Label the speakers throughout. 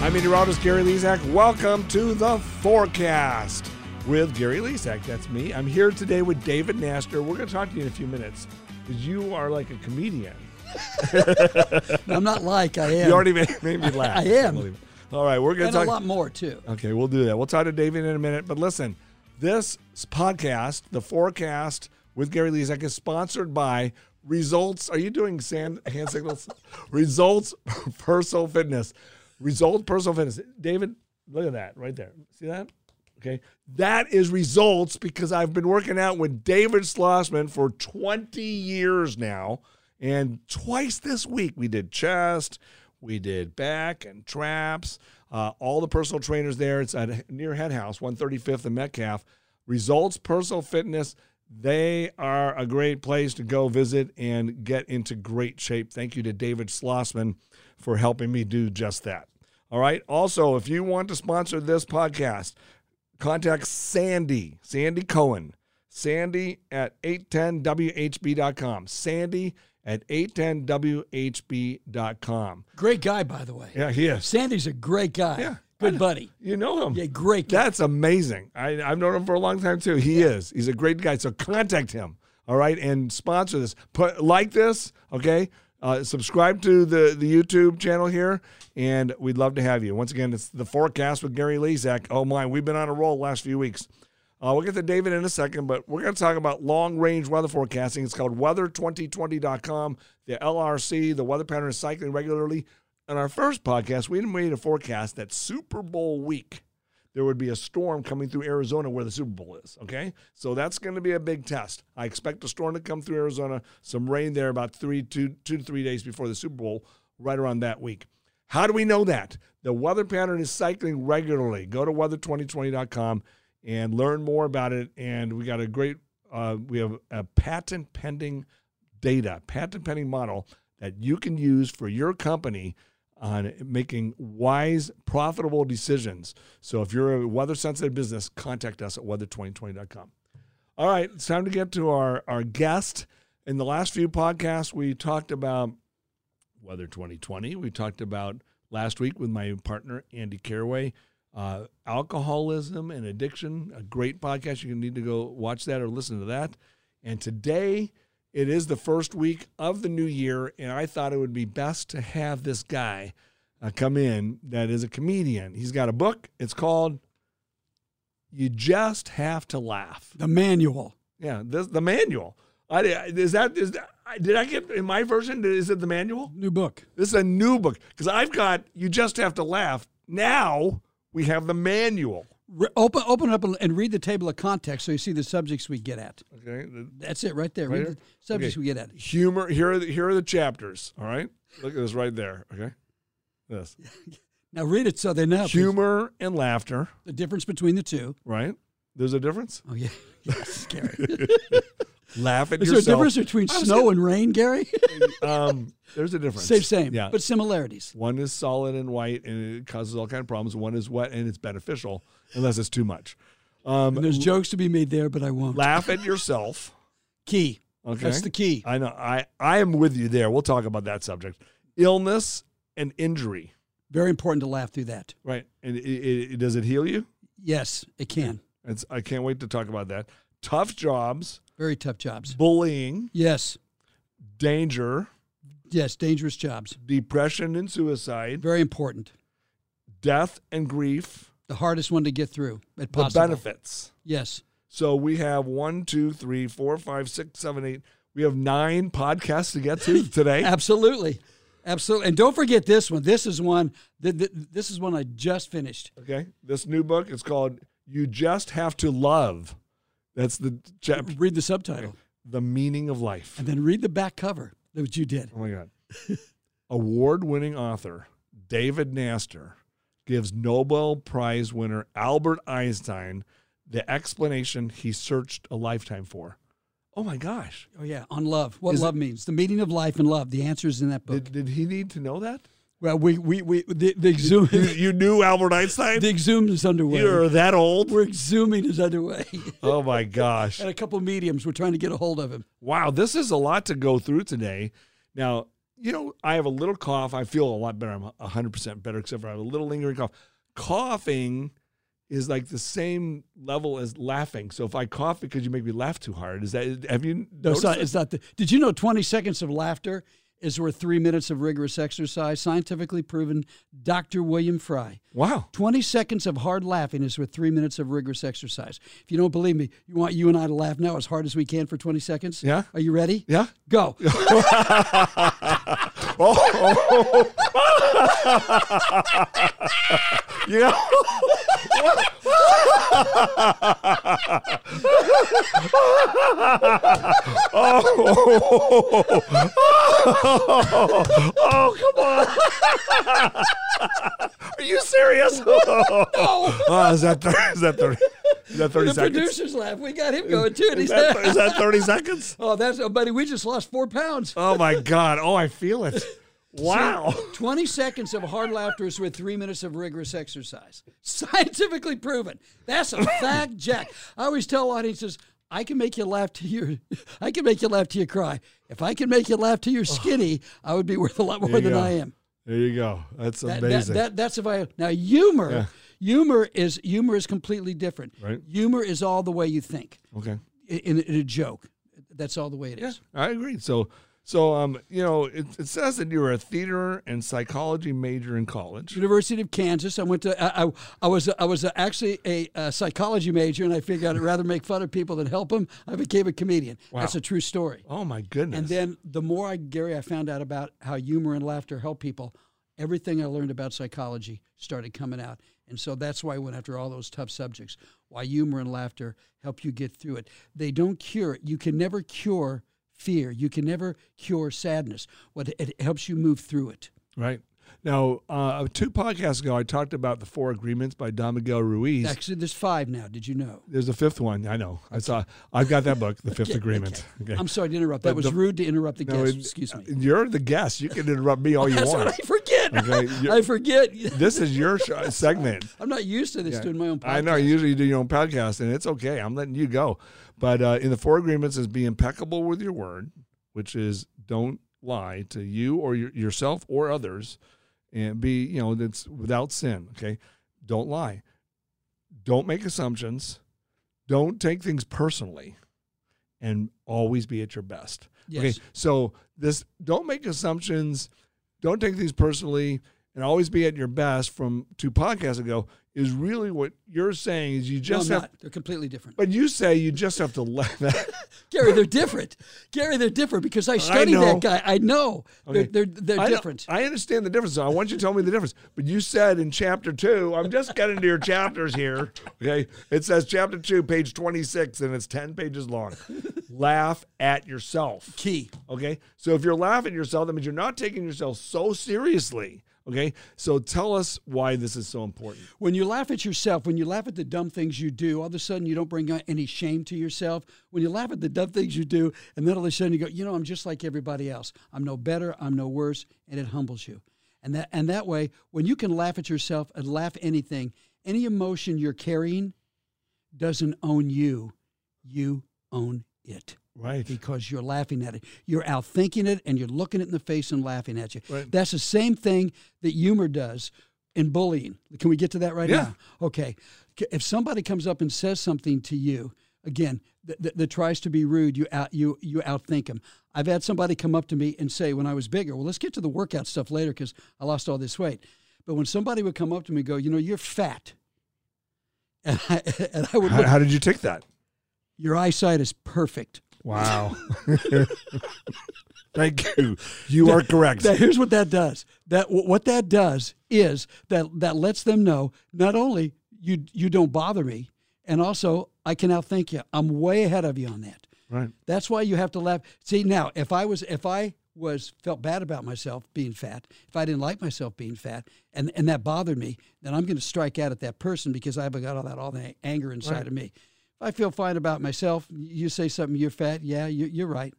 Speaker 1: I'm meteorologist Gary Lezak. Welcome to the forecast with Gary Lezak. That's me. I'm here today with David Naster. We're going to talk to you in a few minutes because you are like a comedian.
Speaker 2: I'm not like I am.
Speaker 1: You already made, made me laugh.
Speaker 2: I am.
Speaker 1: believe it. All right, we're going
Speaker 2: and
Speaker 1: to
Speaker 2: a
Speaker 1: talk.
Speaker 2: lot more too.
Speaker 1: Okay, we'll do that. We'll talk to David in a minute. But listen, this podcast, the forecast with Gary Lezak, is sponsored by Results. Are you doing sand hand signals? Results Personal Fitness. Results Personal Fitness. David, look at that right there. See that? Okay, that is results because I've been working out with David Slossman for 20 years now. And twice this week, we did chest, we did back and traps, uh, all the personal trainers there. It's at near Head House, 135th and Metcalf. Results Personal Fitness, they are a great place to go visit and get into great shape. Thank you to David Slossman for helping me do just that. All right. Also, if you want to sponsor this podcast, contact Sandy, Sandy Cohen, Sandy at 810WHB.com. Sandy at 810WHB.com.
Speaker 2: Great guy, by the way.
Speaker 1: Yeah, he is.
Speaker 2: Sandy's a great guy.
Speaker 1: Yeah.
Speaker 2: Good buddy.
Speaker 1: You know him.
Speaker 2: Yeah, great guy.
Speaker 1: That's amazing. I, I've known him for a long time too. He is. He's a great guy. So contact him. All right, and sponsor this. Put like this. Okay. Uh, subscribe to the, the YouTube channel here, and we'd love to have you. Once again, it's the forecast with Gary Lezak. Oh my, we've been on a roll the last few weeks. Uh, we'll get to David in a second, but we're going to talk about long range weather forecasting. It's called weather2020.com, the LRC, the weather pattern is cycling regularly. On our first podcast, we made a forecast that Super Bowl week there would be a storm coming through Arizona where the Super Bowl is. Okay. So that's going to be a big test. I expect a storm to come through Arizona, some rain there about three, two, two to three days before the Super Bowl, right around that week. How do we know that? The weather pattern is cycling regularly. Go to weather2020.com and learn more about it. And we got a great, uh, we have a patent pending data, patent pending model that you can use for your company on making wise, profitable decisions. So if you're a weather sensitive business, contact us at weather2020.com. All right, it's time to get to our, our guest. In the last few podcasts, we talked about Weather 2020. We talked about last week with my partner, Andy Caraway, uh, alcoholism and addiction, a great podcast. You need to go watch that or listen to that. And today, it is the first week of the new year, and I thought it would be best to have this guy uh, come in that is a comedian. He's got a book. It's called You Just Have to Laugh.
Speaker 2: The manual.
Speaker 1: Yeah, this, the manual. I, is that is that, I- did I get in my version? Is it the manual?
Speaker 2: New book.
Speaker 1: This is a new book because I've got you just have to laugh. Now we have the manual.
Speaker 2: Re- open open up and- and read the table of context so you see the subjects we get at.
Speaker 1: Okay, the
Speaker 2: That's it right there.
Speaker 1: Right
Speaker 2: read
Speaker 1: here?
Speaker 2: the subjects
Speaker 1: Okay.
Speaker 2: we get at.
Speaker 1: humor. Here are the, here are the chapters. All right, look at this right there. Okay, this
Speaker 2: Now read it so they know please,
Speaker 1: humor and laughter.
Speaker 2: the difference between the two.
Speaker 1: Right? There's a difference.
Speaker 2: Oh yeah. Yes, scary.
Speaker 1: Laugh at
Speaker 2: Is there a
Speaker 1: yourself.
Speaker 2: difference between
Speaker 1: I was
Speaker 2: snow and rain, Gary?
Speaker 1: Um, there's a difference.
Speaker 2: same, same.
Speaker 1: Yeah.
Speaker 2: But similarities.
Speaker 1: one is solid and white, and it causes all kind of problems. One is wet, and it's beneficial, unless it's too much. Um,
Speaker 2: And there's jokes to be made there, but I won't.
Speaker 1: laugh at yourself.
Speaker 2: key.
Speaker 1: Okay.
Speaker 2: That's the key.
Speaker 1: I know. I I am with you there. We'll talk about that subject. Illness and injury.
Speaker 2: Very important to laugh through that.
Speaker 1: Right. And it, it, it- does it heal you?
Speaker 2: Yes, it can.
Speaker 1: It's, I can't wait to talk about that. Tough jobs,
Speaker 2: Very tough jobs.
Speaker 1: bullying,
Speaker 2: Yes,
Speaker 1: danger,
Speaker 2: yes, dangerous jobs.
Speaker 1: depression and suicide,
Speaker 2: Very important.
Speaker 1: death and grief.
Speaker 2: The hardest one to get through. At
Speaker 1: the
Speaker 2: possible.
Speaker 1: benefits.
Speaker 2: Yes.
Speaker 1: So we have one, two, three, four, five, six, seven, eight. We have nine podcasts to get to today.
Speaker 2: Absolutely. Absolutely. And don't forget this one. This is one th- th- this is one I just finished.
Speaker 1: Okay. This new book is called You Just Have to Love. That's the chapter,
Speaker 2: Read the subtitle
Speaker 1: The Meaning of Life.
Speaker 2: and then read the back cover that what you did.
Speaker 1: Oh my God. Award winning author David Naster gives Nobel Prize winner Albert Einstein the explanation he searched a lifetime for. Oh my gosh.
Speaker 2: Oh yeah, on love. What
Speaker 1: Is it-
Speaker 2: love means. The meaning of life and love. The answer is in that book.
Speaker 1: Did, did he need to know that?
Speaker 2: well, we we, we the, the exhum
Speaker 1: You, you knew Albert Einstein?
Speaker 2: the exhum is underway.
Speaker 1: You're that old?
Speaker 2: We're exhuming is underway.
Speaker 1: Oh my gosh.
Speaker 2: and a couple mediums we're trying to get a hold of him.
Speaker 1: Wow, this is a lot to go through today. Now, you know, I have a little cough. I feel a lot better. I'm 100% better, except for I have a little lingering cough. Coughing is like the same level as laughing. So if I cough because you make me laugh too hard, is that, have you
Speaker 2: No, it's
Speaker 1: noticed?
Speaker 2: not,
Speaker 1: that?
Speaker 2: it's not the, did you know 20 seconds of laughter is worth three minutes of rigorous exercise? Scientifically proven, Dr. William Fry.
Speaker 1: wow.
Speaker 2: 20 seconds of hard laughing is worth three minutes of rigorous exercise. If you don't believe me, you want you and I to laugh now as hard as we can for 20 seconds?
Speaker 1: Yeah.
Speaker 2: Are you ready?
Speaker 1: Yeah.
Speaker 2: Go.
Speaker 1: Oh. You know? oh, oh, come on. Are you serious? no. Oh, is that 30, is that 30, is that 30
Speaker 2: the
Speaker 1: seconds?
Speaker 2: producer's laugh. We got him going too. And
Speaker 1: is,
Speaker 2: he's
Speaker 1: that, is that 30 seconds?
Speaker 2: Oh, that's oh, buddy. We just lost four pounds.
Speaker 1: Oh, my God. Oh, I feel it. Wow.
Speaker 2: 20 seconds of hard laughter is worth three minutes of rigorous exercise. Scientifically proven. That's a fact, Jack. I always tell audiences, I can make you laugh to your, I can make you laugh to you cry. If I can make you laugh to your skinny, I would be worth a lot more
Speaker 1: you
Speaker 2: than
Speaker 1: go.
Speaker 2: I am.
Speaker 1: There you go. That's
Speaker 2: That-
Speaker 1: amazing.
Speaker 2: That, that- that's if I now humor.
Speaker 1: Yeah.
Speaker 2: Humor is humor is completely different.
Speaker 1: Right.
Speaker 2: Humor is all the way you think
Speaker 1: okay.
Speaker 2: in, in, a joke. That's all the way it is.
Speaker 1: I agree. So, so um, you know, it, it says that you were a theater and psychology major in college.
Speaker 2: University of Kansas. I went to. I, I, I was. I was actually a, uh psychology major, and I figured I'd rather make fun of people than help them. I became a comedian. That's a true story.
Speaker 1: Oh my goodness!
Speaker 2: And then the more I, Gary, I found out about how humor and laughter help people. Everything I learned about psychology started coming out, and so that's why I went after all those tough subjects. Why humor and laughter help you get through it. They don't cure it. You can never cure fear. You can never cure sadness. What it helps you move through it.
Speaker 1: right now, uh, two podcasts ago, I talked about the Four Agreements by Don Miguel Ruiz.
Speaker 2: Actually, there's five now. Did you know?
Speaker 1: There's a fifth one. I know. I saw. I've got that book, The Fifth Agreement. Okay.
Speaker 2: I'm sorry to interrupt. That was
Speaker 1: the-
Speaker 2: rude to interrupt the
Speaker 1: No,
Speaker 2: guest.
Speaker 1: it-
Speaker 2: Excuse me.
Speaker 1: You're the guest. You can interrupt me all you
Speaker 2: That's what I
Speaker 1: want.
Speaker 2: forget.
Speaker 1: Okay, you-
Speaker 2: I forget.
Speaker 1: This is your sh- segment.
Speaker 2: I'm not used to this doing my own podcast.
Speaker 1: I know. Usually you do your own podcast, and it's okay. I'm letting you go. But uh, in the four agreements is be impeccable with your word, which is don't lie to you or your, yourself or others, and be you know that's without sin. Okay, don't lie. Don't make assumptions. Don't take things personally, and always be at your best.
Speaker 2: Yes.
Speaker 1: Okay, so this don't make assumptions, don't take these personally, and always be at your best. From two podcasts ago, is really what you're saying is you
Speaker 2: No, I'm
Speaker 1: just have.
Speaker 2: not. They're completely different.
Speaker 1: But you say you just have to let that.
Speaker 2: Gary, they're different. Gary, they're different because I studied
Speaker 1: know.
Speaker 2: that guy. I know.
Speaker 1: Okay.
Speaker 2: They're, they're, they're
Speaker 1: I know-
Speaker 2: different.
Speaker 1: I understand the difference. I want you to tell me the difference. But you said in chapter two, I'm just getting to your chapters here. Okay. It says chapter two, page 26, and it's 10 pages long. Laugh at yourself.
Speaker 2: Key.
Speaker 1: Okay. So if you're laughing at yourself, that means you're not taking yourself so seriously. Okay. So tell us why this is so important.
Speaker 2: When you laugh at yourself, when you laugh at the dumb things you do, all of a sudden you don't bring out any shame to yourself. When you laugh at the dumb things you do, and then all of a sudden you go, you know, I'm just like everybody else. I'm no better. I'm no worse, and it humbles you. And that and that way, when you can laugh at yourself and laugh anything, any emotion you're carrying doesn't own you. You own it
Speaker 1: Right.
Speaker 2: because you're laughing at it. You're out thinking it and you're looking it in the face and laughing at you.
Speaker 1: Right.
Speaker 2: That's the same thing that humor does in bullying. Can we get to that right
Speaker 1: Yeah.
Speaker 2: now? Okay. C- If somebody comes up and says something to you, again, that, that, that tries to be rude, you out you you outthink them. I've had somebody come up to me and say when I was bigger, well, let's get to the workout stuff later because I lost all this weight. But when somebody would come up to me and go, you know, you're fat. And I, and I would
Speaker 1: How,
Speaker 2: look,
Speaker 1: how did you take that?
Speaker 2: your eyesight is perfect.
Speaker 1: Wow. Thank you. You are correct.
Speaker 2: That, here's what that does. That wh- what that does is that that lets them know not only you you don't bother me, and also I can outthink you. I'm way ahead of you on that.
Speaker 1: Right.
Speaker 2: That's why you have to laugh. See now, if I was if I was felt bad about myself being fat, if I didn't like myself being fat, and and that bothered me, then I'm going to strike out at that person because I've got all that all that anger inside of me. If I feel fine about myself, you say something. You're fat. Yeah, you, you're right.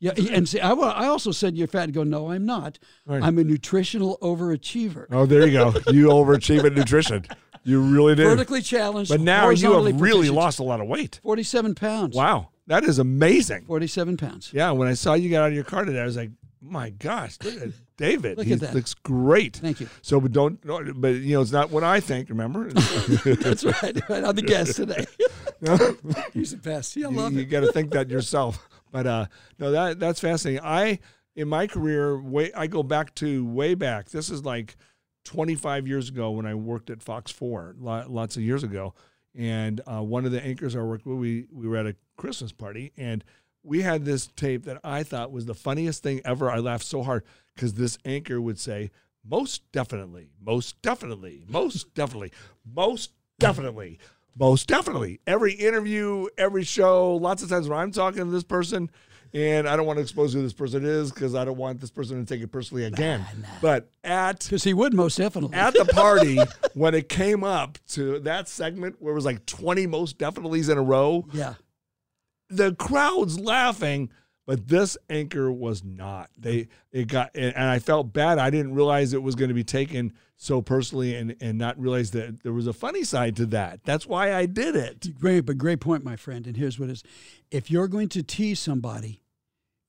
Speaker 2: Yeah, and see, I, wa- I also said you're fat. And go, no, I'm not.
Speaker 1: Right.
Speaker 2: I'm a nutritional overachiever.
Speaker 1: Oh, there you go. You overachieve in nutrition. You really did.
Speaker 2: Vertically challenged.
Speaker 1: But now you
Speaker 2: horizontally
Speaker 1: have really
Speaker 2: proficient.
Speaker 1: lost a lot of weight.
Speaker 2: 47 pounds.
Speaker 1: Wow. That is amazing.
Speaker 2: 47 pounds.
Speaker 1: Yeah, when I saw you got out of your car today, I was like, my gosh, look at David.
Speaker 2: Look
Speaker 1: he
Speaker 2: at that.
Speaker 1: looks great.
Speaker 2: Thank you.
Speaker 1: So, but don't, no, but you know, it's not what I think. Remember,
Speaker 2: That's right. right. I'm the guest today. He's the best. Yeah, I love
Speaker 1: you,
Speaker 2: it.
Speaker 1: got to think that yourself. But uh, no, that that's fascinating. I in my career, way I go back to way back. This is like 25 years ago when I worked at Fox Four, lo- lots of years ago. And uh, one of the anchors I worked with, we we were at a Christmas party, and we had this tape that I thought was the funniest thing ever. I laughed so hard because this anchor would say, "Most definitely, most definitely, most definitely, most definitely." Most definitely. Every interview, every show, lots of times when I'm talking to this person, and I don't want to expose who this person is because I don't want this person to take it personally again. But at
Speaker 2: Because he would most definitely.
Speaker 1: at the party, when it came up to that segment where it was like 20 most definitelys in a row,
Speaker 2: yeah.
Speaker 1: the crowd's laughing, but this anchor was not. They it got and and I felt bad. I didn't realize it was going to be taken so personally and and not realize that there was a funny side to that. That's why I did it.
Speaker 2: Great, but great point, my friend. And here's what it is if you're going to tease somebody,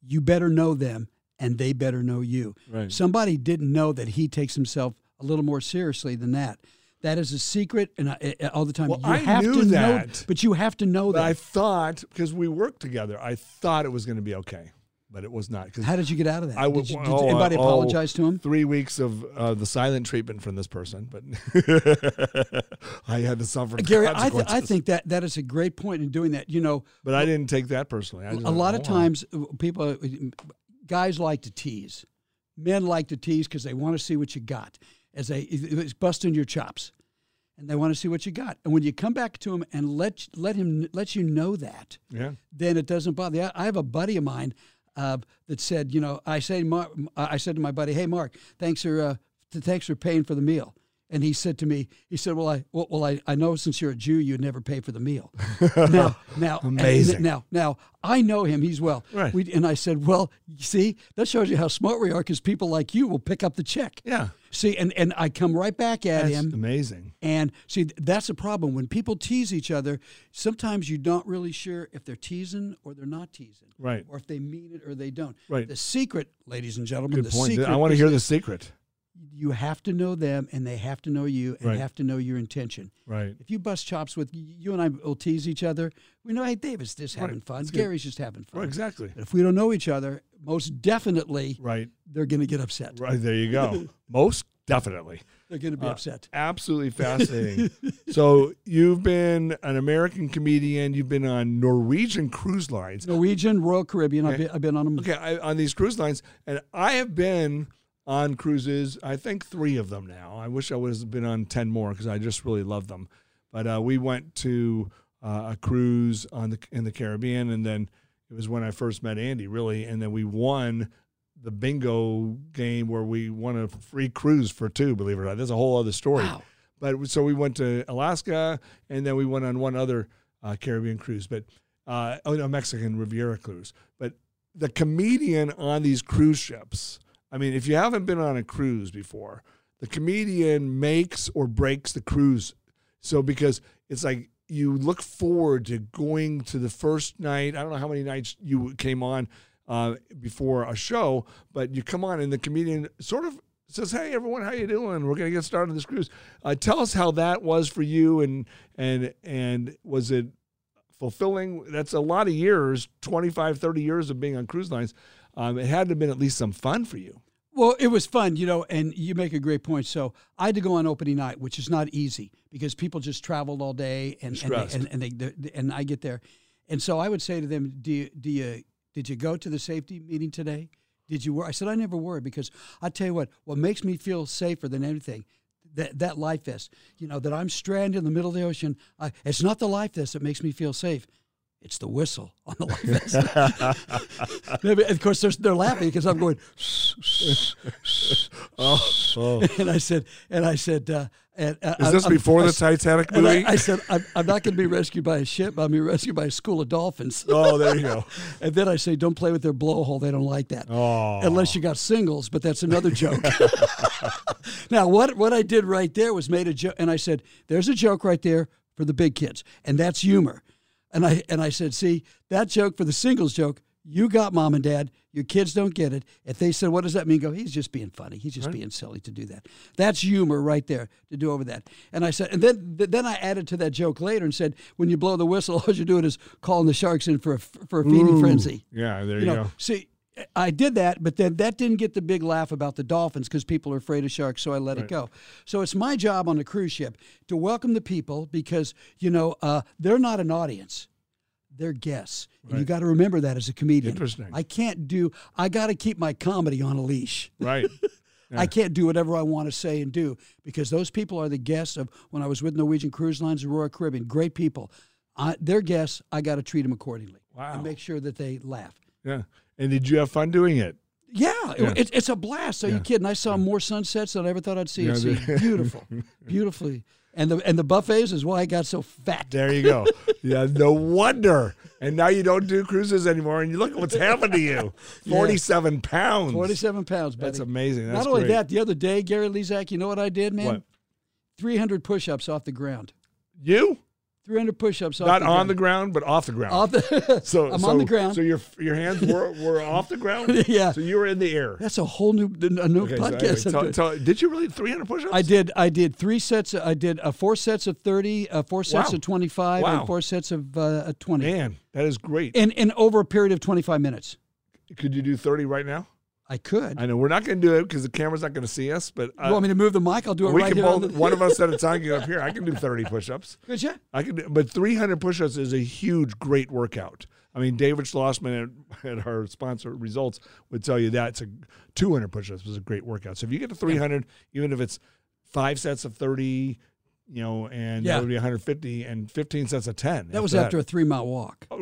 Speaker 2: you better know them and they better know you.
Speaker 1: Right.
Speaker 2: Somebody didn't know that he takes himself a little more seriously than that. That is a secret, and I, I- all the time
Speaker 1: Well,
Speaker 2: you
Speaker 1: I
Speaker 2: have
Speaker 1: knew
Speaker 2: to know,
Speaker 1: that.
Speaker 2: but you have to know
Speaker 1: But I
Speaker 2: that.
Speaker 1: thought because we worked together, I thought it was going to be okay, but it was not. 'cause
Speaker 2: How did you get out of that?
Speaker 1: I oh,
Speaker 2: did,
Speaker 1: was
Speaker 2: you, did anybody apologize to him?
Speaker 1: Three weeks of uh, the silent treatment from this person, but I had to suffer. the
Speaker 2: Gary, I, th- I
Speaker 1: consequences.
Speaker 2: think that that is a great point in doing that. You know,
Speaker 1: but I didn't take that personally. I just
Speaker 2: a
Speaker 1: went,
Speaker 2: lot of
Speaker 1: "Oh,
Speaker 2: times uh, people uh, guys like to tease men like to tease because they want to see what you got as they it's busting your chops and they want to see what you got and when you come back to him and let let him let you know that
Speaker 1: yeah,
Speaker 2: then it doesn't bother you. I- I have a buddy of mine uh, that said, you know, I say, Mar- I said to my buddy, hey, Mark, thanks for uh, th- thanks for paying for the meal. And he said to me, he said, well, I well, well I, I know since you're a Jew, you'd never pay for the meal. now, now, and
Speaker 1: Amazing.
Speaker 2: now, now, I know him. He's well.
Speaker 1: Right.
Speaker 2: We, and I said, well, you see, that shows you how smart we are, because people like you will pick up the check.
Speaker 1: yeah,
Speaker 2: See, and and I come right back at
Speaker 1: that's
Speaker 2: him.
Speaker 1: amazing.
Speaker 2: And see, th- that's the problem. When people tease each other, sometimes you're not really sure if they're teasing or they're not teasing,
Speaker 1: Right,
Speaker 2: or if they mean it or they don't.
Speaker 1: Right.
Speaker 2: The secret, ladies and gentlemen,
Speaker 1: good
Speaker 2: the
Speaker 1: point.
Speaker 2: secret.
Speaker 1: I want to
Speaker 2: is
Speaker 1: hear the secret.
Speaker 2: You have to know them, and they have to know you, and
Speaker 1: Right.
Speaker 2: have to know your intention.
Speaker 1: Right,
Speaker 2: If you bust chops with you and I, will tease each other. We know, hey, David's just having fun.
Speaker 1: That's good.
Speaker 2: Gary's just having fun.
Speaker 1: right, exactly.
Speaker 2: But if we don't know each other, most definitely
Speaker 1: Right,
Speaker 2: they're going to get upset.
Speaker 1: right. Uh, There you go. Most definitely.
Speaker 2: They're going to be upset.
Speaker 1: Absolutely fascinating. so you've been an American comedian. You've been on Norwegian cruise lines.
Speaker 2: Norwegian, Royal Caribbean. I've, been, I've been on them.
Speaker 1: okay I, on these cruise lines and i have been on cruises i think three of them now i wish i would have been on 10 more because i just really love them but uh, we went to uh, a cruise on the in the caribbean and then it was when i first met andy really and then we won the bingo game where we won a free cruise for two believe it or not that's a whole other story
Speaker 2: Wow.
Speaker 1: but so we went to Alaska, and then we went on one other uh, Caribbean cruise, but uh, oh no, Mexican Riviera cruise. But the comedian on these cruise ships, I mean, if you haven't been on a cruise before, the comedian makes or breaks the cruise. So because it's like you look forward to going to the first night. I don't know how many nights you came on uh, before a show, but you come on and the comedian sort of says, "Hey everyone, how you doing? We're gonna get started on this cruise. Uh, tell us how that was for you, and and and was it fulfilling? That's a lot of years, 25, 30 years of being on cruise lines. Um, it had to have been at least some fun for you.
Speaker 2: Well, it was fun, you know, and you make a great point. So I had to go on opening night, which is not easy because people just traveled all day, and and they,
Speaker 1: Stressed.
Speaker 2: and, and, they, they- and I get there, and so I would say to them, "Do you, do you did you go to the safety meeting today? Did you worry?" I said, "I never worry because I tell you what, what makes me feel safer than anything." That, that life vest, you know, that I'm stranded in the middle of the ocean. I, it's not the life vest that makes me feel safe. It's the whistle on the life vest. Maybe- of course, they're, they're laughing because I'm going,
Speaker 1: Oh,
Speaker 2: and I said, and I said, uh, and, uh,
Speaker 1: is this
Speaker 2: I'm-
Speaker 1: before
Speaker 2: I
Speaker 1: the
Speaker 2: s-
Speaker 1: Titanic
Speaker 2: and
Speaker 1: movie?
Speaker 2: I, I said, I'm, I'm not going to be rescued by a ship. I'm being rescued by a school of dolphins.
Speaker 1: oh, there you go.
Speaker 2: And then I say, don't play with their blowhole. They don't like that.
Speaker 1: Oh,
Speaker 2: Unless you got singles, but that's another joke. now, what, what I did right there was made a joke. And I said, there's a joke right there for the big kids. And that's humor. And I, and I said, see, that joke for the singles joke, You got mom and dad. Your kids don't get it. If they said, What does that mean? Go, he's just being funny. He's just being silly to do that. That's humor right there to do over that. And I said, And then th- then I added to that joke later and said, When you blow the whistle, all you're doing is calling the sharks in for a, f- for a feeding frenzy.
Speaker 1: Yeah, there
Speaker 2: You know, see, I did that, but then that didn't get the big laugh about the dolphins because people are afraid of sharks, so I let it go. So it's my job on a cruise ship to welcome the people because, you know, uh, they're not an audience. They're guests. And you got to remember that as a comedian.
Speaker 1: Interesting.
Speaker 2: I can't do, I got to keep my comedy on a leash.
Speaker 1: Right.
Speaker 2: I can't do whatever I want to say and do because those people are the guests of when I was with Norwegian Cruise Lines and Royal Caribbean. Great people. I, they're guests. I got to treat them accordingly
Speaker 1: Wow.
Speaker 2: and make sure that they laugh.
Speaker 1: Yeah. And did you have fun doing it?
Speaker 2: Yeah, it- It's, it's a blast. Are you kidding? I saw more sunsets than I ever thought I'd see. at sea. beautiful, beautifully, and the and the buffets is why I got so fat.
Speaker 1: There you go. yeah, no wonder. And now you don't do cruises anymore. And you look at what's happened to you 47 pounds.
Speaker 2: Forty-seven pounds, buddy.
Speaker 1: That's amazing. That's
Speaker 2: Not only
Speaker 1: great.
Speaker 2: that, the other day, Gary Lezak, you know what I did, man?
Speaker 1: What?
Speaker 2: Three hundred push-ups off the ground.
Speaker 1: You?
Speaker 2: Three hundred push-ups off
Speaker 1: Not
Speaker 2: the
Speaker 1: on
Speaker 2: ground.
Speaker 1: the ground, but off the ground.
Speaker 2: off the.
Speaker 1: so
Speaker 2: I'm
Speaker 1: so,
Speaker 2: on the ground.
Speaker 1: So your your hands were, were off the ground?
Speaker 2: Yeah.
Speaker 1: So you were in the air.
Speaker 2: That's a whole new a new
Speaker 1: Okay, so anyway,
Speaker 2: podcast. I'm
Speaker 1: tell-
Speaker 2: doing.
Speaker 1: tell- did you really 300 push ups?
Speaker 2: I did. I did three sets. Of, I did uh, four sets of thirty, uh, four sets
Speaker 1: Wow.
Speaker 2: of twenty-five,
Speaker 1: Wow.
Speaker 2: and four sets of uh, twenty,
Speaker 1: Man, that is great.
Speaker 2: and and over a period of twenty-five minutes.
Speaker 1: Could you do 30 right now?
Speaker 2: I could.
Speaker 1: I know we're not going to do it because the camera's not going to see us, but uh,
Speaker 2: you want me to move the mic? I'll do it
Speaker 1: we
Speaker 2: right
Speaker 1: can
Speaker 2: here. on
Speaker 1: both,
Speaker 2: the-
Speaker 1: one of us at a time, get up here. I can do 30 push ups.
Speaker 2: Could you?
Speaker 1: I can, do, but 300 push-ups is a huge, great workout. I mean, David Schlossman at, at our sponsor results would tell you that it's a 200 push-ups is a great workout. So if you get to 300, even if it's five sets of 30, you know, and
Speaker 2: Yeah.
Speaker 1: that would be 150 and 15 sets of 10.
Speaker 2: That was after a three mile walk.
Speaker 1: that.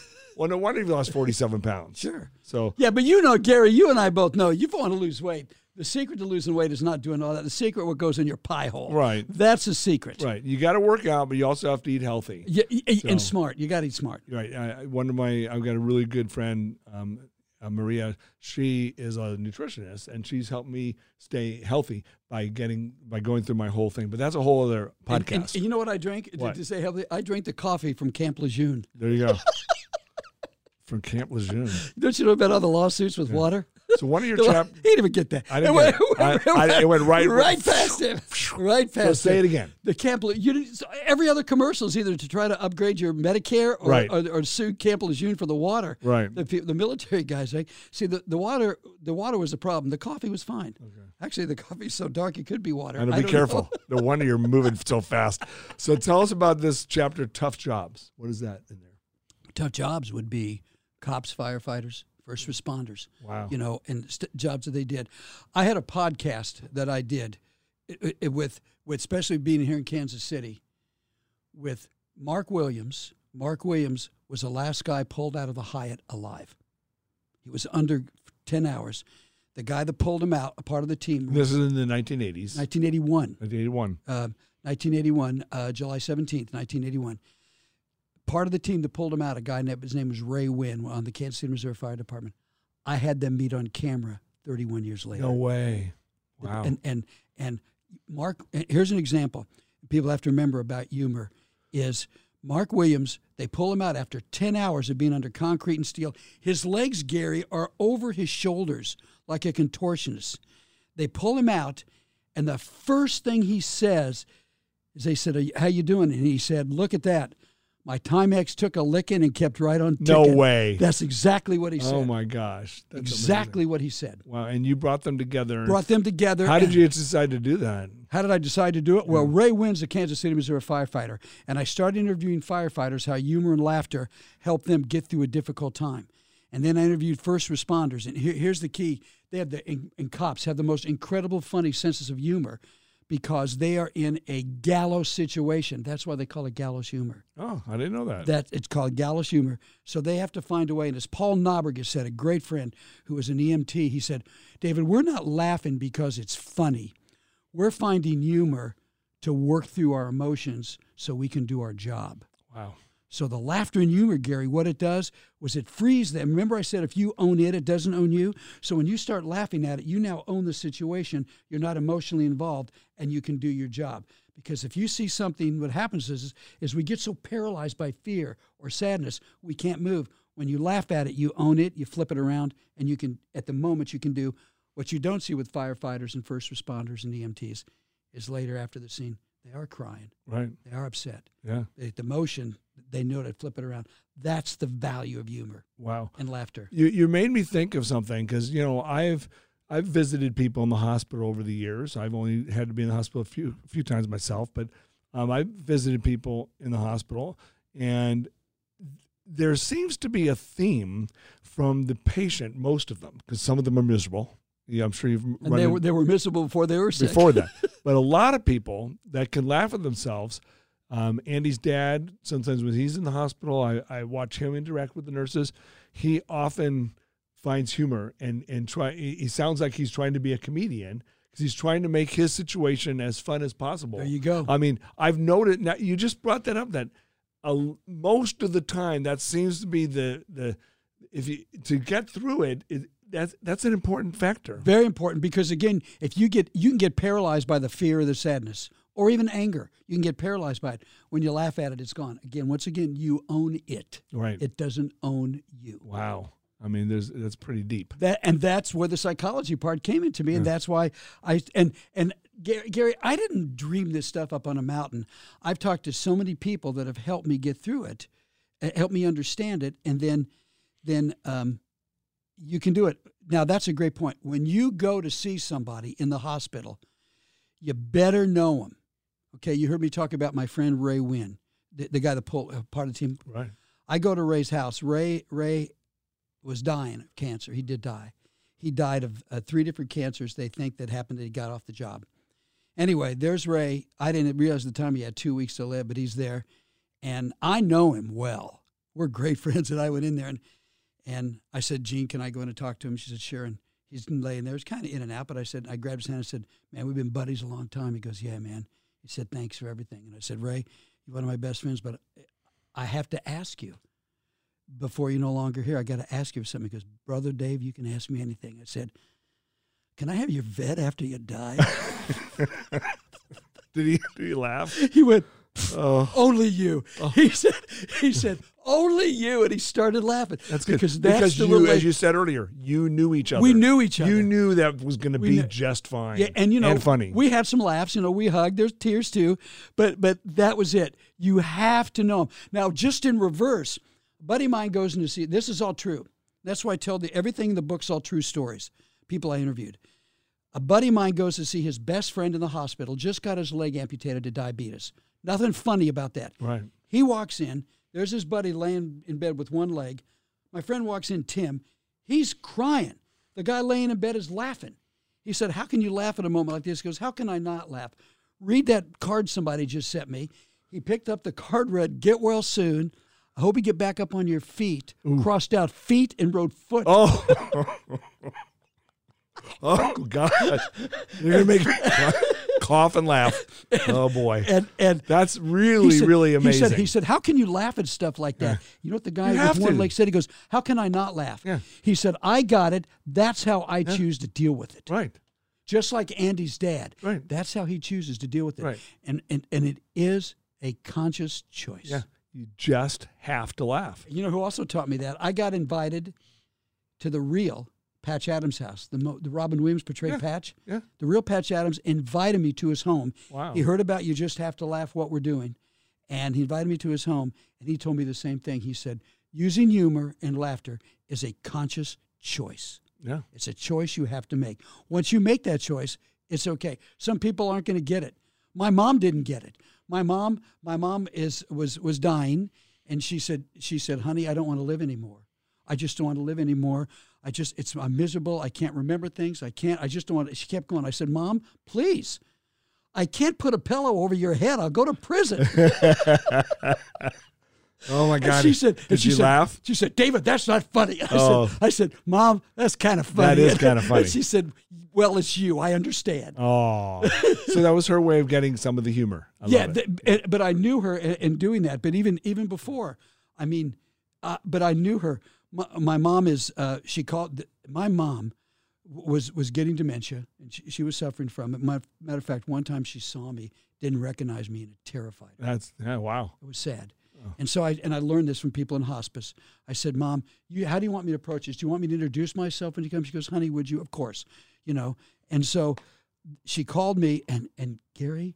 Speaker 1: Well, well, no wonder you lost 47 pounds.
Speaker 2: Sure.
Speaker 1: So
Speaker 2: Yeah, but you know, Gary, you and I both know you want to lose weight. The secret to losing weight is not doing all that. The secret what goes in your pie hole.
Speaker 1: Right.
Speaker 2: That's the secret.
Speaker 1: right, you got to work out, but you also have to eat healthy.
Speaker 2: Yeah, y- y- and smart. You got to eat smart.
Speaker 1: right. I, I- one of my, I've got a really good friend, um, uh, Maria. She is a nutritionist, and she's helped me stay healthy by getting by going through my whole thing. But that's a whole other
Speaker 2: And-
Speaker 1: podcast.
Speaker 2: and you know what I drank? Did
Speaker 1: What?
Speaker 2: you say healthy? I drank the coffee from Camp Lejeune.
Speaker 1: there you go. From Camp Lejeune.
Speaker 2: Don't you know about all the lawsuits with water?
Speaker 1: So one of your
Speaker 2: He
Speaker 1: chap.
Speaker 2: didn't even get that.
Speaker 1: I didn't get it. I- I- it went right-
Speaker 2: right past him. Right past.
Speaker 1: say it
Speaker 2: him.
Speaker 1: again.
Speaker 2: The Camp. Le- You didn't, so every other commercial is either to try to upgrade your Medicare or
Speaker 1: Right.
Speaker 2: or, or sue Camp Lejeune for the water.
Speaker 1: Right.
Speaker 2: The, pe- the military guys like see the, the water the water was the problem. The coffee was fine. Actually, the coffee's so dark it could be water.
Speaker 1: And
Speaker 2: I
Speaker 1: be
Speaker 2: don't
Speaker 1: careful. No wonder you're moving so fast. So tell us about this chapter, tough jobs. What is that in there?
Speaker 2: know. Oh, Tough jobs would be cops, firefighters, first responders.
Speaker 1: Wow.
Speaker 2: You know, and st- jobs that they did. I had a podcast that I did i- i- with with especially being here in Kansas City with Mark Williams. Mark Williams was the last guy pulled out of the Hyatt alive. He was under 10 hours. The guy that pulled him out, a part of the team,
Speaker 1: This is in the 1980s,
Speaker 2: 1981.
Speaker 1: 1981.
Speaker 2: Uh, 1981, uh, July 17th, 1981. Part of the team that pulled him out, a guy named his name was Ray Wynn on the Kansas City Missouri Fire Department. I had them meet on camera 31 years later.
Speaker 1: No way. Wow.
Speaker 2: And and and Mark, and here's an example. People have to remember about humor is Mark Williams. They pull him out after 10 hours of being under concrete and steel. His legs, Gary, are over his shoulders like a contortionist. They pull him out, and the first thing he says is, "They said, Are you- how you doing?" And he said, "Look at that." My Timex took a licking and kept right on.
Speaker 1: No
Speaker 2: ticking."
Speaker 1: way.
Speaker 2: That's exactly what he said.
Speaker 1: Oh my gosh. That's amazing.
Speaker 2: exactly what he said.
Speaker 1: Wow. And you brought them together.
Speaker 2: Brought them together.
Speaker 1: How
Speaker 2: and-
Speaker 1: did you decide to do that?
Speaker 2: How did I decide to do it? Well, Ray Wynn's a Kansas City, Missouri firefighter, and I started interviewing firefighters how humor and laughter help them get through a difficult time. And then I interviewed first responders, and here, here's the key: they have the and, and cops have the most incredible, funny senses of humor because they are in a gallows situation. That's why they call it gallows humor.
Speaker 1: Oh, I didn't know that.
Speaker 2: That it's called gallows humor. So they have to find a way. And as Paul Nauberg said, a great friend who was an EMT, he said, David, we're not laughing because it's funny. We're finding humor to work through our emotions so we can do our job.
Speaker 1: wow.
Speaker 2: So the laughter and humor, Gary, what it does was it frees them. Remember, I said if you own it, it doesn't own you. So when you start laughing at it, you now own the situation. You're not emotionally involved, and you can do your job. Because if you see something, what happens is is we get so paralyzed by fear or sadness, we can't move. When you laugh at it, you own it, you flip it around, and you can, at the moment, you can do what you don't see with firefighters and first responders and EMTs is later after the scene, they are crying,
Speaker 1: Right.
Speaker 2: they are upset.
Speaker 1: Yeah.
Speaker 2: They, the motion, they know to flip it around. That's the value of humor
Speaker 1: Wow.
Speaker 2: and laughter.
Speaker 1: You you made me think of something because you know I've I've visited people in the hospital over the years. I've only had to be in the hospital a few a few times myself, but um, I've visited people in the hospital, and there seems to be a theme from the patient. Most of them, because some of them are miserable. Yeah, I'm sure you've
Speaker 2: And
Speaker 1: run
Speaker 2: they
Speaker 1: in-
Speaker 2: were, they were miserable before they were sick.
Speaker 1: before that. But a lot of people that can laugh at themselves. Um, Andy's dad, sometimes when he's in the hospital, I, I watch him interact with the nurses. He often finds humor and and try. He he sounds like he's trying to be a comedian because he's trying to make his situation as fun as possible.
Speaker 2: there you go.
Speaker 1: I mean, I've noted now. You just brought that up. That uh, most of the time, that seems to be the the if you to get through it. it that's that's an important factor.
Speaker 2: Very important because again, if you get you can get paralyzed by the fear or the sadness or even anger. You can get paralyzed by it. When you laugh at it, it's gone. Again, once again, you own it.
Speaker 1: Right.
Speaker 2: It doesn't own you.
Speaker 1: Wow. I mean, there's that's pretty deep.
Speaker 2: That and that's where the psychology part came into me, and that's why I and and Gary, Gary, I didn't dream this stuff up on a mountain. I've talked to so many people that have helped me get through it, uh, helped me understand it, and then then um, you can do it. Now that's a great point. When you go to see somebody in the hospital, you better know them. Okay, you heard me talk about my friend Ray Wynn, the, the guy that pulled uh, part of the team
Speaker 1: Right.
Speaker 2: I go to Ray's house. Ray Ray was dying of cancer. He did die. He died of uh, three different cancers they think that happened that he got off the job. Anyway, there's Ray. I didn't realize at the time he had two weeks to live, but he's there, and I know him well. We're great friends. And I went in there and and I said, Gene, can I go in and talk to him? She said, sure. And he's laying there. It's kind of in and out, but I said, I grabbed his hand and said, man, we've been buddies a long time. He goes, yeah, man. He said, thanks for everything. And I said, Ray, you're one of my best friends, but I have to ask you before you're no longer here. I got to ask you something. He goes, Brother Dave, you can ask me anything. I said, Can I have your vet after you die?
Speaker 1: Did he did he laugh?
Speaker 2: he went,
Speaker 1: Oh,
Speaker 2: Only you. He said, He said, Only you. And he started laughing.
Speaker 1: that's good.
Speaker 2: Because that's
Speaker 1: because
Speaker 2: the
Speaker 1: you,
Speaker 2: relation-
Speaker 1: as you said earlier, you knew each other.
Speaker 2: we knew each other.
Speaker 1: You knew that was going to
Speaker 2: We
Speaker 1: be
Speaker 2: knew-
Speaker 1: just fine.
Speaker 2: Yeah, and you know,
Speaker 1: and funny.
Speaker 2: We had some laughs. You know, we hugged. There's tears too, but but that was it. You have to know 'em. Now, just in reverse, a buddy of mine goes in to see. This is all true. That's why I tell the everything in the book's all true stories. People I interviewed. A buddy of mine goes to see his best friend in the hospital. Just got his leg amputated to diabetes. Nothing funny about that.
Speaker 1: right.
Speaker 2: He walks in. There's his buddy laying in bed with one leg. My friend walks in, Tim. He's crying. The guy laying in bed is laughing. He said, How can you laugh at a moment like this? He goes, How can I not laugh? Read that card somebody just sent me. He picked up the card, read, Get well soon. I hope you get back up on your feet. Crossed out feet and wrote foot.
Speaker 1: Oh. oh gosh. You're going to make me cough and laugh. Oh boy.
Speaker 2: And, and
Speaker 1: That's really
Speaker 2: said-
Speaker 1: really
Speaker 2: He
Speaker 1: amazing.
Speaker 2: said, he said, how can you laugh at stuff like that? You know what the guy
Speaker 1: You
Speaker 2: with
Speaker 1: have
Speaker 2: one
Speaker 1: to.
Speaker 2: leg said? He goes, how can I not laugh?
Speaker 1: Yeah.
Speaker 2: He said, I got it. That's how I choose to deal with it.
Speaker 1: right.
Speaker 2: Just like Andy's dad.
Speaker 1: Right.
Speaker 2: That's how he chooses to deal with it.
Speaker 1: Right.
Speaker 2: And, and, and it is a conscious choice.
Speaker 1: Yeah. You just have to laugh.
Speaker 2: You know who also taught me that? I got invited to the real Patch Adams house, the, mo- the Robin Williams portrayed
Speaker 1: Yeah.
Speaker 2: Patch.
Speaker 1: Yeah.
Speaker 2: The real Patch Adams invited me to his home.
Speaker 1: Wow.
Speaker 2: He heard about you just have to laugh what we're doing. And he invited me to his home and he told me the same thing. He said, using humor and laughter is a conscious choice.
Speaker 1: Yeah.
Speaker 2: It's a choice you have to make. Once you make that choice, it's okay. Some people aren't going to get it. My mom didn't get it. My mom, my mom is was was dying, and she said she said, "Honey, I don't want to live anymore. I just don't want to live anymore. I just it's I'm miserable. I can't remember things. I can't. I just don't want." To. She kept going. I said, "Mom, please." I can't put a pillow over your head. I'll go to prison.
Speaker 1: Oh my
Speaker 2: And
Speaker 1: god.
Speaker 2: she said,
Speaker 1: Did
Speaker 2: and she
Speaker 1: you
Speaker 2: said-
Speaker 1: laugh?
Speaker 2: She said, David, that's not funny. I,
Speaker 1: Oh.
Speaker 2: said, I said, Mom, that's kind of funny.
Speaker 1: That is kinda
Speaker 2: And
Speaker 1: funny.
Speaker 2: she said, Well, it's you. I understand.
Speaker 1: Oh. so that was her way of getting some of the humor. I
Speaker 2: yeah,
Speaker 1: love it.
Speaker 2: th- and- but I knew her in, in doing that. But even even before, I mean, uh, but I knew her. My, my mom is. Uh, she called th- my mom w- was was getting dementia, and she, she was suffering from it. My, matter of fact, one time she saw me, didn't recognize me, and it terrified her.
Speaker 1: That's yeah, wow.
Speaker 2: It was sad. And so I and I learned this from people in hospice. I said, "Mom, you, how do you want me to approach this? Do you want me to introduce myself when you come?" She goes, "Honey, would you? Of course, you know." And so she called me, and and Gary,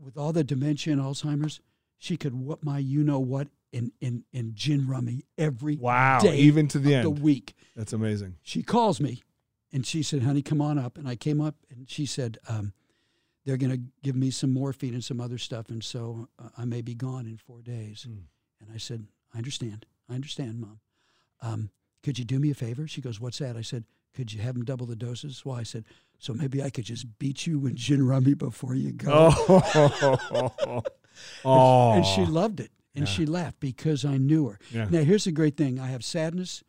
Speaker 2: with all the dementia and Alzheimer's, she could whoop my you know what in in in gin rummy every
Speaker 1: Wow.
Speaker 2: day
Speaker 1: Even to the end.
Speaker 2: of the week
Speaker 1: That's amazing.
Speaker 2: she calls me and she said, honey, come on up. And I came up and she said, um, they're going to give me some morphine and some other stuff. And so uh, I may be gone in four days.
Speaker 1: Hmm.
Speaker 2: And I said, I understand. I understand, mom. Um, could you do me a favor? She goes, what's that? I said, could you have them double the doses? Well, I said, so maybe I could just beat you with gin rummy before you go.
Speaker 1: Oh. oh.
Speaker 2: And she loved it. And she laughed because I knew her.
Speaker 1: Yeah.
Speaker 2: Now, here's the great thing I have sadness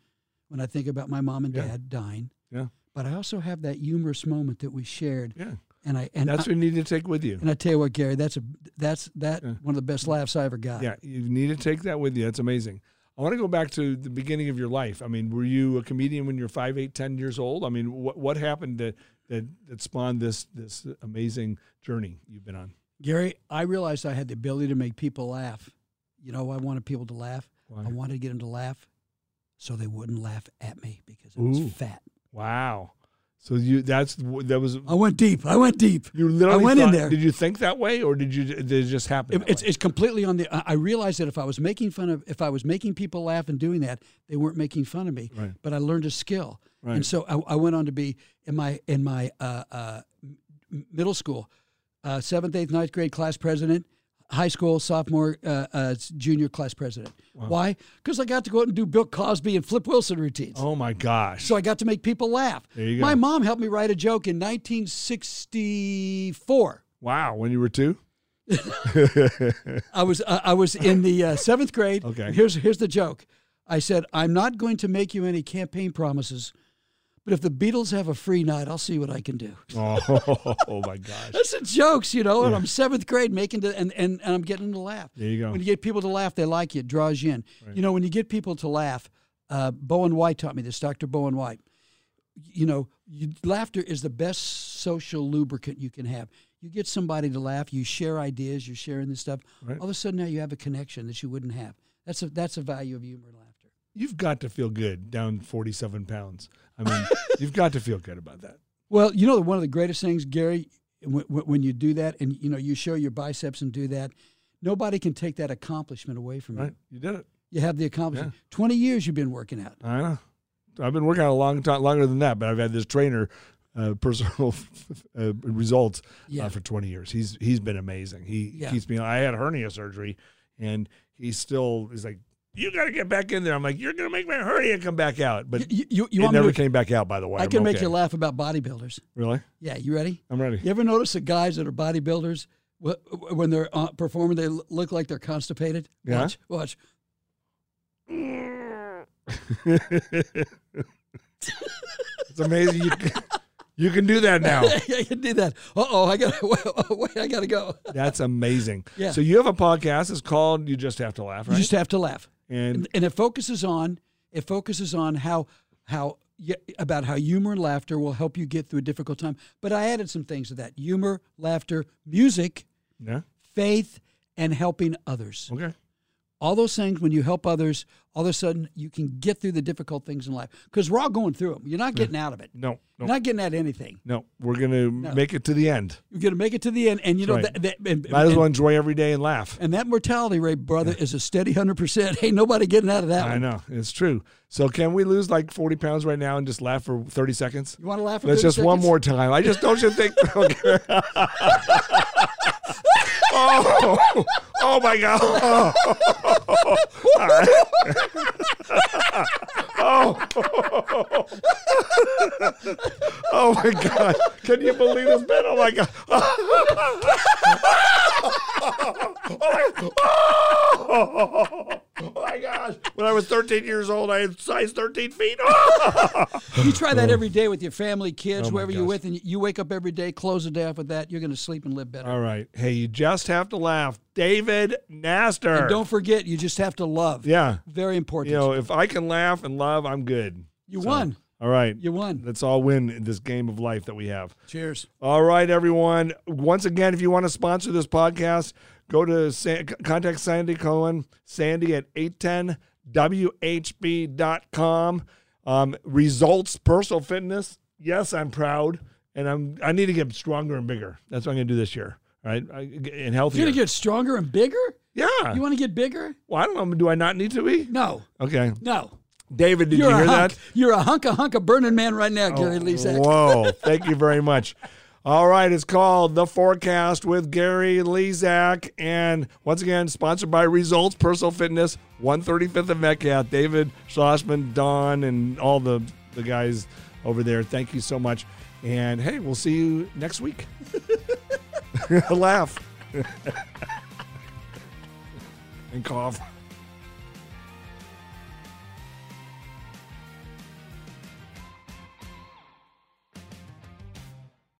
Speaker 2: when I think about my mom and
Speaker 1: Yeah.
Speaker 2: dad dying.
Speaker 1: Yeah.
Speaker 2: But I also have that humorous moment that we shared.
Speaker 1: Yeah.
Speaker 2: And I and
Speaker 1: That's
Speaker 2: I,
Speaker 1: what you need to take with you.
Speaker 2: and I tell you what, Gary, that's a that's that
Speaker 1: Yeah.
Speaker 2: one of the best laughs I ever got.
Speaker 1: Yeah, you need to take that with you. That's amazing. I want to go back to the beginning of your life. I mean, were you a comedian when you were five, eight, ten years old? I mean, what what happened that that, that spawned this this amazing journey you've been on?
Speaker 2: Gary, I realized I had the ability to make people laugh. You know, I wanted people to laugh.
Speaker 1: Why?
Speaker 2: I wanted to get them to laugh, so they wouldn't laugh at me because I was
Speaker 1: Ooh.
Speaker 2: fat.
Speaker 1: Wow. So you that's that was
Speaker 2: I went deep. I went deep.
Speaker 1: you literally
Speaker 2: I went in
Speaker 1: thought-
Speaker 2: there.
Speaker 1: Did you think that way, or did you did it just happen?
Speaker 2: It-
Speaker 1: that
Speaker 2: it's,
Speaker 1: way?
Speaker 2: it's completely on the. I- I realized that if I was making fun of, if I was making people laugh and doing that, they weren't making fun of me.
Speaker 1: Right.
Speaker 2: But I learned a skill,
Speaker 1: Right.
Speaker 2: and so I, I went on to be in my in my uh, uh, m- middle school, uh, seventh, eighth, ninth grade class president, high school sophomore, uh, uh, junior class president. Why? Because I got to go out and do Bill Cosby and Flip Wilson routines.
Speaker 1: oh my gosh.
Speaker 2: So I got to make people laugh.
Speaker 1: There you
Speaker 2: My
Speaker 1: go.
Speaker 2: mom helped me write a joke in 1964.
Speaker 1: wow. When you were two.
Speaker 2: I was I I was in the uh, seventh grade.
Speaker 1: Okay.
Speaker 2: Here's here's the joke. I said I'm not going to make you any campaign promises, but if the Beatles have a free night, I'll see what I can do.
Speaker 1: Oh, oh my gosh.
Speaker 2: That's the jokes, you know. And I'm seventh grade making the and, and and I'm getting them to laugh.
Speaker 1: There you go.
Speaker 2: When you get people to laugh, they like you. It draws you in. You know, when you get people to laugh, uh, Bowen White taught me this. Doctor Bowen White. You know, you, laughter is the best social lubricant you can have. You get somebody to laugh. You share ideas. You're sharing this stuff.
Speaker 1: Right.
Speaker 2: All of a sudden, now you have a connection that you wouldn't have. That's a that's a value of humor and laughter.
Speaker 1: You've got to feel good down forty seven pounds. I mean, you've got to feel good about that.
Speaker 2: Well, you know, one of the greatest things, Gary, when, when you do that, and you know, you show your biceps and do that. Nobody can take that accomplishment away from you.
Speaker 1: Right? You did it.
Speaker 2: You have the accomplishment. 20 years you've been working out.
Speaker 1: I know. I've been working out a long time, longer than that, but I've had this trainer, uh, personal uh, results
Speaker 2: Yeah.
Speaker 1: uh, for 20 years. He's he's been amazing. He
Speaker 2: Yeah.
Speaker 1: keeps me. I had hernia surgery, and he still is like, "You got to get back in there." I'm like, "You're gonna make my hernia come back out," but
Speaker 2: You, you, you
Speaker 1: it
Speaker 2: want me
Speaker 1: never
Speaker 2: to,
Speaker 1: came back out. By the way,
Speaker 2: I
Speaker 1: I'm
Speaker 2: can make
Speaker 1: okay.
Speaker 2: you laugh about bodybuilders.
Speaker 1: Really?
Speaker 2: Yeah, you ready?
Speaker 1: I'm ready.
Speaker 2: You ever notice the guys that are bodybuilders wh- wh- when they're uh, performing, they l- look like they're constipated?
Speaker 1: Yeah.
Speaker 2: Watch, watch.
Speaker 1: it's amazing you can, you can do that now.
Speaker 2: I can do that. Uh oh, I gotta wait, wait, I gotta go.
Speaker 1: That's amazing.
Speaker 2: Yeah.
Speaker 1: So you have a podcast. It's called "You Just Have to Laugh,"
Speaker 2: You
Speaker 1: right?
Speaker 2: just have to laugh,
Speaker 1: and
Speaker 2: and it focuses on it focuses on how how yeah, about how humor and laughter will help you get through a difficult time. But I added some things to that: humor, laughter, music,
Speaker 1: yeah,
Speaker 2: faith, and helping others.
Speaker 1: okay.
Speaker 2: All those things, when you help others, all of a sudden you can get through the difficult things in life because we're all going through them. You're not getting out of it.
Speaker 1: No, no,
Speaker 2: You're not getting out of anything.
Speaker 1: no. We're gonna make it to the end.
Speaker 2: You're going to make it to the end, and you know
Speaker 1: That's
Speaker 2: that. that and,
Speaker 1: Might as
Speaker 2: and-
Speaker 1: well enjoy every day and laugh.
Speaker 2: and that mortality rate, brother, is a steady hundred percent. Ain't nobody getting out of that.
Speaker 1: I
Speaker 2: one.
Speaker 1: know it's true. So can we lose like forty pounds right now and just laugh for thirty seconds?
Speaker 2: You want to laugh? for
Speaker 1: That's
Speaker 2: 30
Speaker 1: just one
Speaker 2: seconds?
Speaker 1: more time. I just don't you think? Okay. oh, oh my god! Oh, All right. oh. oh my god! Can you believe this bit? Oh my god! Oh my gosh! When I was 13 years old, I had size 13 feet.
Speaker 2: You try that every day with your family, kids,
Speaker 1: Oh, my
Speaker 2: whoever you're
Speaker 1: gosh.
Speaker 2: with, and you wake up every day, close the day off with that. You're going to sleep and live better.
Speaker 1: All right. Hey, you just have to laugh. David Naster.
Speaker 2: And don't forget, you just have to love.
Speaker 1: yeah.
Speaker 2: Very important.
Speaker 1: You know, if I can laugh and love, I'm good.
Speaker 2: You
Speaker 1: So,
Speaker 2: won.
Speaker 1: All right.
Speaker 2: You won.
Speaker 1: Let's all win in this game of life that we have.
Speaker 2: Cheers.
Speaker 1: All right, everyone. Once again, if you want to sponsor this podcast, Go to San- contact Sandy Cohen, Sandy at 810whb.com. Um, results, personal fitness. Yes, I'm proud, and I'm I need to get stronger and bigger. That's what I'm going to do this year. All right, I, and healthier.
Speaker 2: You're gonna get stronger and bigger.
Speaker 1: yeah.
Speaker 2: You want to get bigger?
Speaker 1: well, I don't know. Do I not need to be?
Speaker 2: No,
Speaker 1: Okay,
Speaker 2: no.
Speaker 1: David, did
Speaker 2: You're
Speaker 1: you
Speaker 2: a
Speaker 1: hear
Speaker 2: hunk.
Speaker 1: that? Oh,
Speaker 2: You're a hunk, a hunk, a burning man right now, Gary Leesack.
Speaker 1: Whoa. Thank you very much. All right. It's called The Forecast with Gary Lezak. And once again, sponsored by Results Personal Fitness, 135th of Metcalf, David Schlossman, Don, and all the, the guys over there. Thank you so much. And hey, we'll see you next week. Laugh and cough.